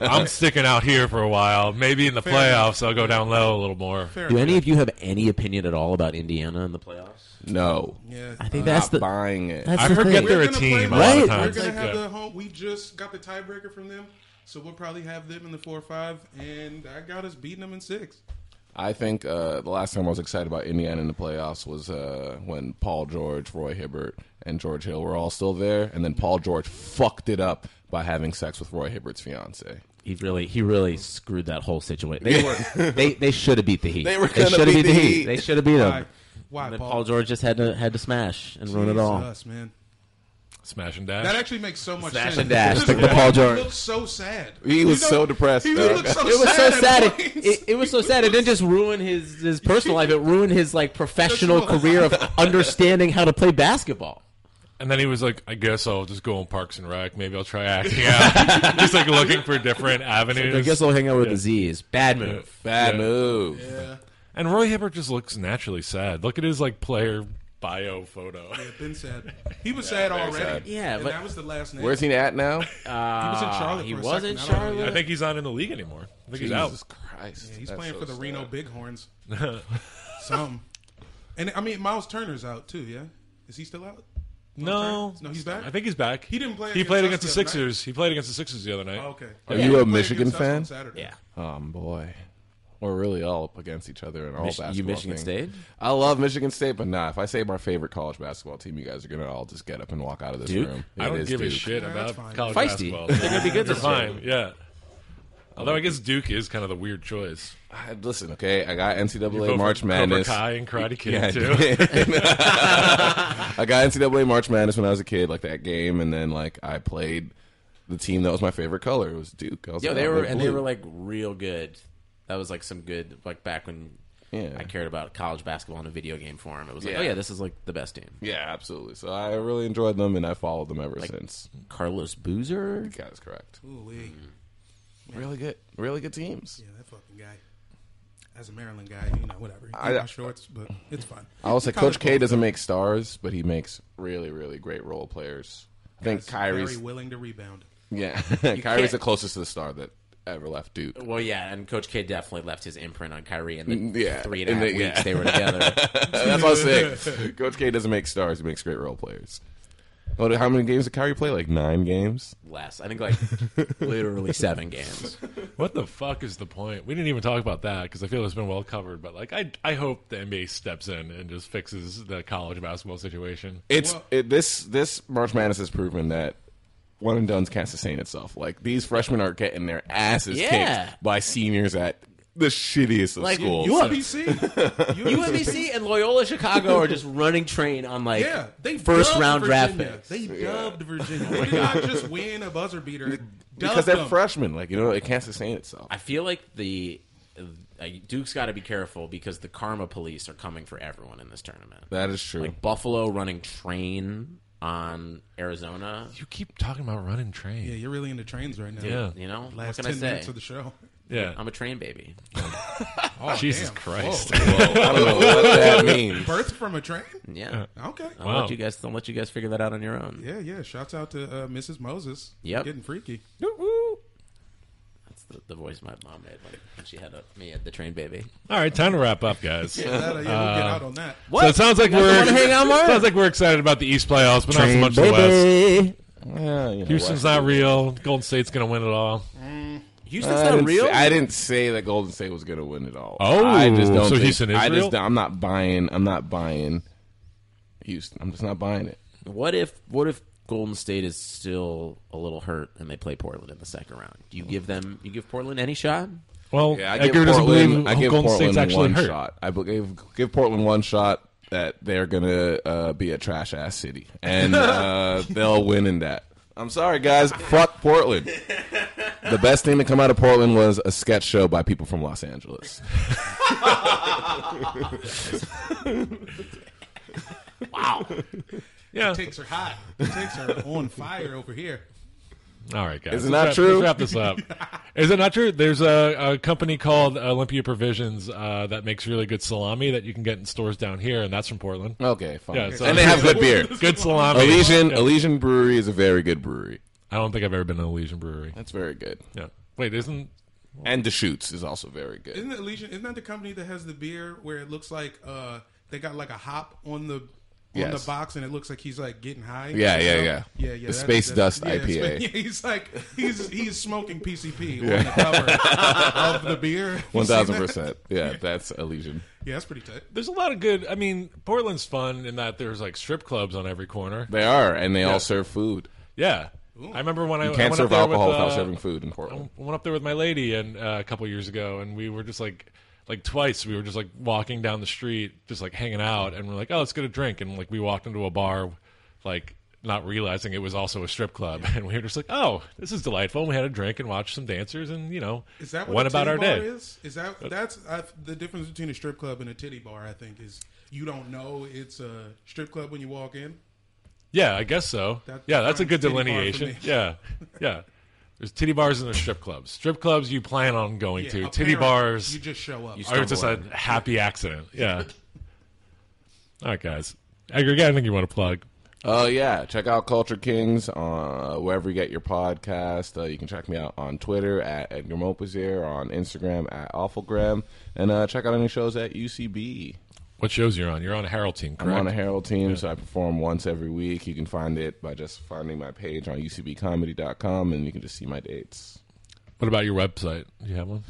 I'm, I'm sticking out here for a while. Maybe in the playoffs, I'll go down low a little more."
Fair
do
enough.
any of you have any opinion at all about Indiana in the playoffs?
No,
Yeah.
I think that's
not
the.
buying it.
That's
I
the
forget
thing.
they're
We're
a
gonna play
team a
them.
lot
Right.
of
We're
times.
gonna
Yeah.
have the home. We just got the tiebreaker from them, so we'll probably have them in the four or five, and I got us beating them in six.
I think uh, the last time I was excited about Indiana in the playoffs was uh, when Paul George, Roy Hibbert, and George Hill were all still there, and then Paul George fucked it up by having sex with Roy Hibbert's fiance.
He really, he really screwed that whole situation. They were, they, they should have beat the Heat.
They were gonna
should have beat
beat the
the Heat.
Heat.
They should have beat them.
Why? Why,
And then
Paul?
Paul George just had to had to smash and ruin it all.
Jesus, man.
Smash and
That
dash.
actually makes so much
Smash
sense.
and dash,
Because
like the Paul George.
He looked so sad.
He was so depressed.
He
though.
looked so
It was so
sad.
sad.
at
It,
points.
it, it was so sad. It didn't just ruin his, his personal life. It ruined his like professional
That's what-
career of understanding how to play basketball.
And then he was like, I guess I'll just go on Parks and Rec. Maybe I'll try acting out. just like looking for different avenues.
I guess I'll hang out with disease. Bad move.
Bad move.
and Roy Hibbert just looks naturally sad. Look at his like player bio photo.
Been sad. He was sad already.
sad.
Yeah,
and
but-
that was the last name.
Where's he Ah, at now?
he was in Charlotte.
he
for a
was in
second. I don't know.
I
Charlotte?
think he's not in the league anymore. I think he's out.
Jesus Christ.
He's
That's
playing
so
for the
sad.
Reno Bighorns. Some. And I mean, Miles Turner's out too. Yeah, is he still out?
No,
No, he's back?
I think he's back. He
didn't play
He
against
played
us
against the
the other night.
Sixers. He played against the Sixers the other night.
Oh, okay.
Are
Yeah,
you
he
a
played
Michigan
against us
fan?
on Saturday.
Yeah.
Oh boy, we're really all up against each other in all
Mich- you
basketball.
Michigan State?
things. I love Michigan State, but nah. If I say my favorite college basketball team, you guys are gonna all just get up and walk out of this
Duke?
room.
I
It
don't
is
give a
Duke.
shit
Yeah, that's
about
fine.
college
Feisty.
basketball.
They're gonna be good
They're
this year.
fine. Yeah. Although I guess Duke is kind of the weird choice.
I- listen, okay, I got
Go
NCAA
for
March
Cobra
Madness.
Kai and Karate Kid
Yeah, I
too.
did. I got NCAA March Madness when I was a kid, like that game, and then like I played the team that was my favorite color. It was Duke. I was
Yeah,
like,
they
oh,
were
they're
and they
blue.
were like real good. That was like some good like back when
Yeah.
I cared about college basketball in a video game form. It was like,
Yeah.
oh yeah, this is like the best team.
yeah, absolutely. So I really enjoyed them, and I followed them ever since.
Carlos Boozer.
That is correct.
Ooh, wee.
Mm. Really good, really good teams.
Yeah, that fucking guy. As a Maryland guy, you know, whatever. He
I-
I, my shorts, but it's fine.
I will say
College
Coach K
ball.
doesn't make stars, but he makes really, really great role players. I think Kyrie's
very willing to rebound.
yeah,
can't-
Kyrie's the closest to the star that ever left Duke.
Well, yeah, and Coach K definitely left his imprint on Kyrie in the
Mm, Yeah,
three and a
in
half
the-
weeks
yeah.
they were together.
That's what I was saying. Coach K doesn't make stars; he makes great role players. Well, how many games did Kyrie play? Like nine games.
Less, I think, like literally seven games.
What the fuck is the point? We didn't even talk about that because I feel it's been well covered. But like, I I hope the NBA steps in and just fixes the college basketball situation.
It's
Well-
it, this this March Madness has proven that one and done's can't sustain itself. Like these freshmen are getting their asses
Yeah.
kicked by seniors at the shittiest of
Like,
schools.
you are-
UMBC.
UMBC and Loyola Chicago are just running train on like
Yeah, they
first
dubbed
round draft
Virginia.
picks.
They dubbed Virginia. They did not just win a buzzer beater.
because
dubbed
they're
them.
freshmen. Like you know, it can't sustain itself.
I feel like the uh, Duke's got to be careful because the karma police are coming for everyone in this tournament.
That is true.
Like Buffalo running train on Arizona.
You keep talking about running
Yeah,
train.
you're really into trains right now.
Yeah,
You know,
Last
what can I
ten
say?
minutes of the show.
yeah.
I'm a train baby.
Jesus
Oh,
damn.
Christ!
I don't know what that means.
Birth from a train?
Yeah.
Okay.
I'll let you guys. I'll let you guys figure that out on your own.
Uh, Yeah, yeah. Shouts out to uh, Mrs. Moses.
Yep.
Getting freaky.
That's the, the voice my mom made when she had a, me at the train baby.
All right, time to wrap up, guys.
Yeah, that, uh, yeah, we'll get out on that.
What?
So it sounds like we're
wanna hang out more?
sounds like we're excited about the East playoffs, but not so much the West.
Yeah, you know,
Houston's
West-
not real. Golden State's gonna win it all.
Houston's
I
not
didn't
real.
Say, I didn't say that Golden State was going to win it all.
Oh,
I just don't
so
think-
Houston is
I
real?
just, I'm not buying. I'm not buying Houston. I'm just not buying it.
what if? What if Golden State is still a little hurt and they play Portland in the second round? Do you give them? You give Portland any shot?
Well,
Yeah, I
Edgar
give
doesn't
Portland,
believe
I give
Golden
Portland
State's actually
one
hurt.
shot. I believe give Portland one shot that they're gonna uh, be a trash ass city, and uh, they'll win in that. I'm sorry, guys. Fuck Portland. The best thing to come out of Portland was a sketch show by people from Los Angeles.
Yeah.
Takes are hot. Takes are on fire over here.
All right, guys.
Is it
Let's
not
wrap,
true?
Let's wrap this up. Is it not true? There's a, a company called Olympia Provisions uh, that makes really good salami that you can get in stores down here, and that's from Portland.
Okay, fine.
Yeah, so-
and they have good beer.
Good salami.
Oh. Elysian Elysian Brewery is a very good brewery.
I don't think I've ever been to Elysian Brewery.
That's very good.
Yeah. Wait, isn't
And Deschutes is also very good.
Isn't it Elysian? Isn't that the company that has the beer where it looks like uh, they got like a hop on the on
Yes.
the box, and it looks like he's like getting high.
Yeah, yeah, yeah.
yeah, yeah.
The Space Dust
yeah, it's-
IPA.
yeah, he's like he's he's smoking PCP on the cover of the beer. You
One
seen
thousand
that?
percent. Yeah, that's Elysian.
Yeah, that's pretty tight.
There's a lot of good. I mean, Portland's fun in that there's like strip clubs on every corner.
They are, and they all serve food.
Yeah, I remember when I,
You
I
can't
went
serve
up there
alcohol
with, uh,
without serving food in Portland.
I went up there with my lady and uh, a couple years ago, and we were just like, like twice we were just like walking down the street, just like hanging out, and we're like, oh, let's get a drink, and like we walked into a bar, like not realizing it was also a strip club, and we were just like, oh, this is delightful. And we had a drink and watched some dancers, and you know,
Is that what
went
a
about
titty
our
bar
day. Uh,
Is is that that's I, the difference between a strip club and a titty bar? I think is you don't know it's a strip club when you walk in.
Yeah, I guess so.
That
yeah, that's a good
defines titty bar for
delineation.
me.
Yeah, yeah. There's titty bars and there's strip clubs. Strip clubs you plan on going
Yeah,
to.
a
Titty
parent,
bars
you just show up.
are just a happy accident. Yeah. All right, guys. Edgar, you got anything you want to plug?
Oh yeah, check out Culture Kings uh, wherever you get your podcast. Uh, you can check me out on Twitter at Edgar Mopazier, on Instagram at Awfulgram, and uh, check out any shows at UCB.
What shows you're on? You're on a Herald team,
I'm
correct?
on a Herald team, so I perform once every week. You can find it by just finding my page on UCBComedy.com, and you can just see my dates.
what about your website? Do you have one?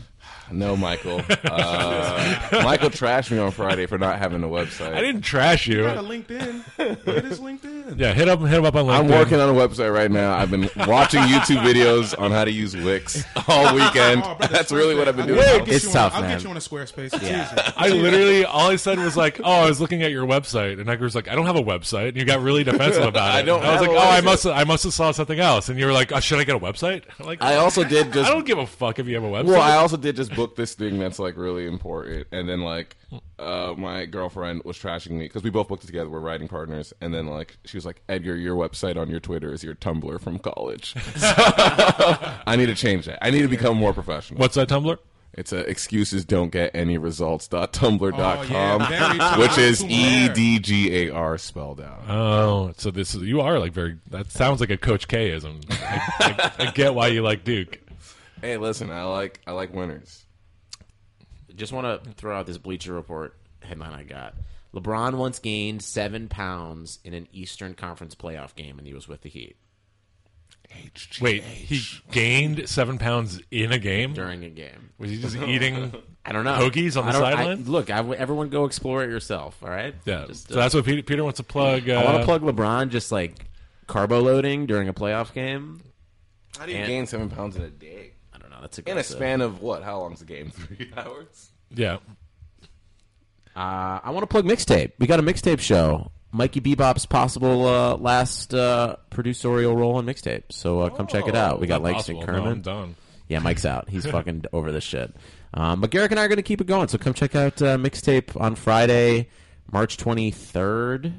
No, Michael. Uh, Michael trashed me on Friday for not having a website.
I didn't trash you.
Got a LinkedIn. It is LinkedIn.
yeah, hit up hit him up on LinkedIn.
I'm working on a website right now. I've been watching YouTube videos on how to use Wix all weekend.
Oh, brother,
That's really what I've been
Squarespace.
doing.
I'll get
It's
you on-
tough,
I'll
man.
get you on a Squarespace. It's easy.
I literally all I said was like, "Oh, I was looking at your website," and Edgar's like, "I don't have a website." And you got really defensive about it.
I don't
And I was
have
like,
a
"Oh, I
website."
must I must have saw something else." And you were like, oh, "Should I get a website?" I'm like,
I
I,
also did just
don't give a fuck if you have a website.
well. I also did just book this thing that's like really important, and then like uh, my girlfriend was trashing me because we both booked it together. We're writing partners, and then like she was like, "Edgar, your website on your Twitter is your Tumblr from college." So, I need to change that. I need to become more professional.
What's that Tumblr?
It's a excuses don't get any results.tumblr.com,
Oh, yeah, very top
which is
tomorrow.
E D G A R spelled out.
Oh, so this is you are like very. That sounds like a Coach K ism. I, I, I get why you like Duke.
Hey, listen, I like I like winners.
Just want to throw out this Bleacher Report headline I got. LeBron once gained seven pounds in an Eastern Conference playoff game, and he was with the Heat
Wait, he gained seven pounds in a game.
during a game.
Was he just eating?
I don't know.
Hoagies on the
I don't- I-
sideline?
Look, I, everyone go explore it yourself, all right?
Yeah.
Just,
so
uh,
that's what Peter, Peter wants to plug. Uh,
I want to plug LeBron just like carbo loading during a playoff game.
How do you
And-
gain seven pounds in a day?
I don't know. That's a
In
good
a span of what? How long's the game? Three hours.
Yeah.
Uh, I want to plug mixtape. We got a mixtape show. Mikey Bebop's possible uh, last uh, producerial role on mixtape. So uh, come check it out. We got
Not
Langston
Oh, possible. No, I'm
Kerman.
done.
yeah, Mike's out. He's fucking over this shit. Um, but Garrick and I are going to keep it going. So come check out uh, mixtape on Friday, March 23rd.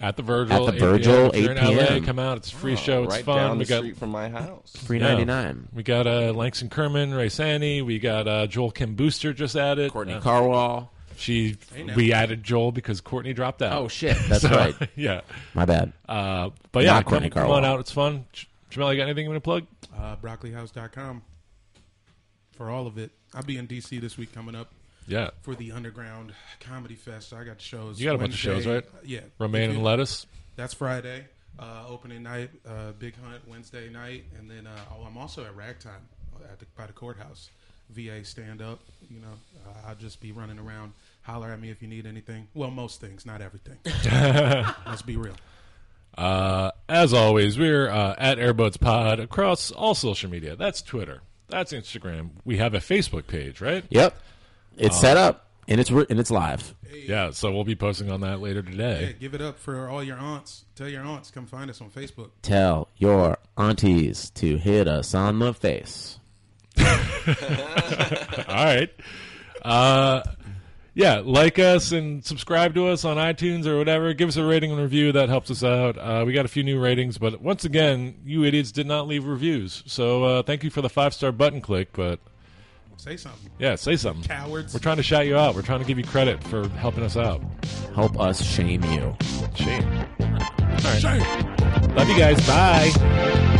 At the Virgil.
At the
8 p.m.
Virgil,
If you're in
8 p.m..
LA, come out. It's a free show. Oh, It's
right
fun.
down
we
the
got
street from my house.
Three
Yeah.
ninety nine.
We got uh, Langston Kerman, Ray Sandy. We got uh, Joel Kim Booster just added.
Courtney
Uh,
Carwall.
she
now.
we added Joel because Courtney dropped out.
Oh shit, that's
So,
right.
yeah.
My bad.
Uh, but yeah,
Not
come,
Courtney
come on
Carwell.
out. It's fun. J- Jamel, you got anything you want to plug?
Uh, broccolihouse.com for all of it. I'll be in DC this week coming up
Yeah.
for the Underground Comedy Fest. I got shows.
You got a bunch of
Wednesday.
shows, right?
Yeah.
Romaine
If
and
you-
lettuce.
That's Friday. Uh, opening night, uh, Big Hunt Wednesday night, and then uh, oh, I'm also at Ragtime at the, by the courthouse. VA stand up. You know, uh, I'll just be running around. Holler at me if you need anything. Well, most things, not everything. Let's be real.
Uh, as always, we're uh, at Airbuds Pod across all social media. That's Twitter. That's Instagram. We have a Facebook page, right?
Yep,
Uh,
it's set up and it's re- and it's live.
Yeah. So we'll be posting on that later
Yeah,
today.
give it up for all your aunts. Tell your aunts, come find us on Facebook.
Tell your aunties to hit us on the face.
All right. Uh, yeah, like us and subscribe to us on iTunes or whatever. Give us a rating and review. That helps us out. Uh, we got a few new ratings, but once again, you idiots did not leave reviews. So uh, thank you for the five star button click. But
Say something.
yeah, say something.
Cowards.
We're trying to shout you out. We're trying to give you credit for helping us out.
Help us shame you.
Shame.
Shame.
Love you guys. Bye.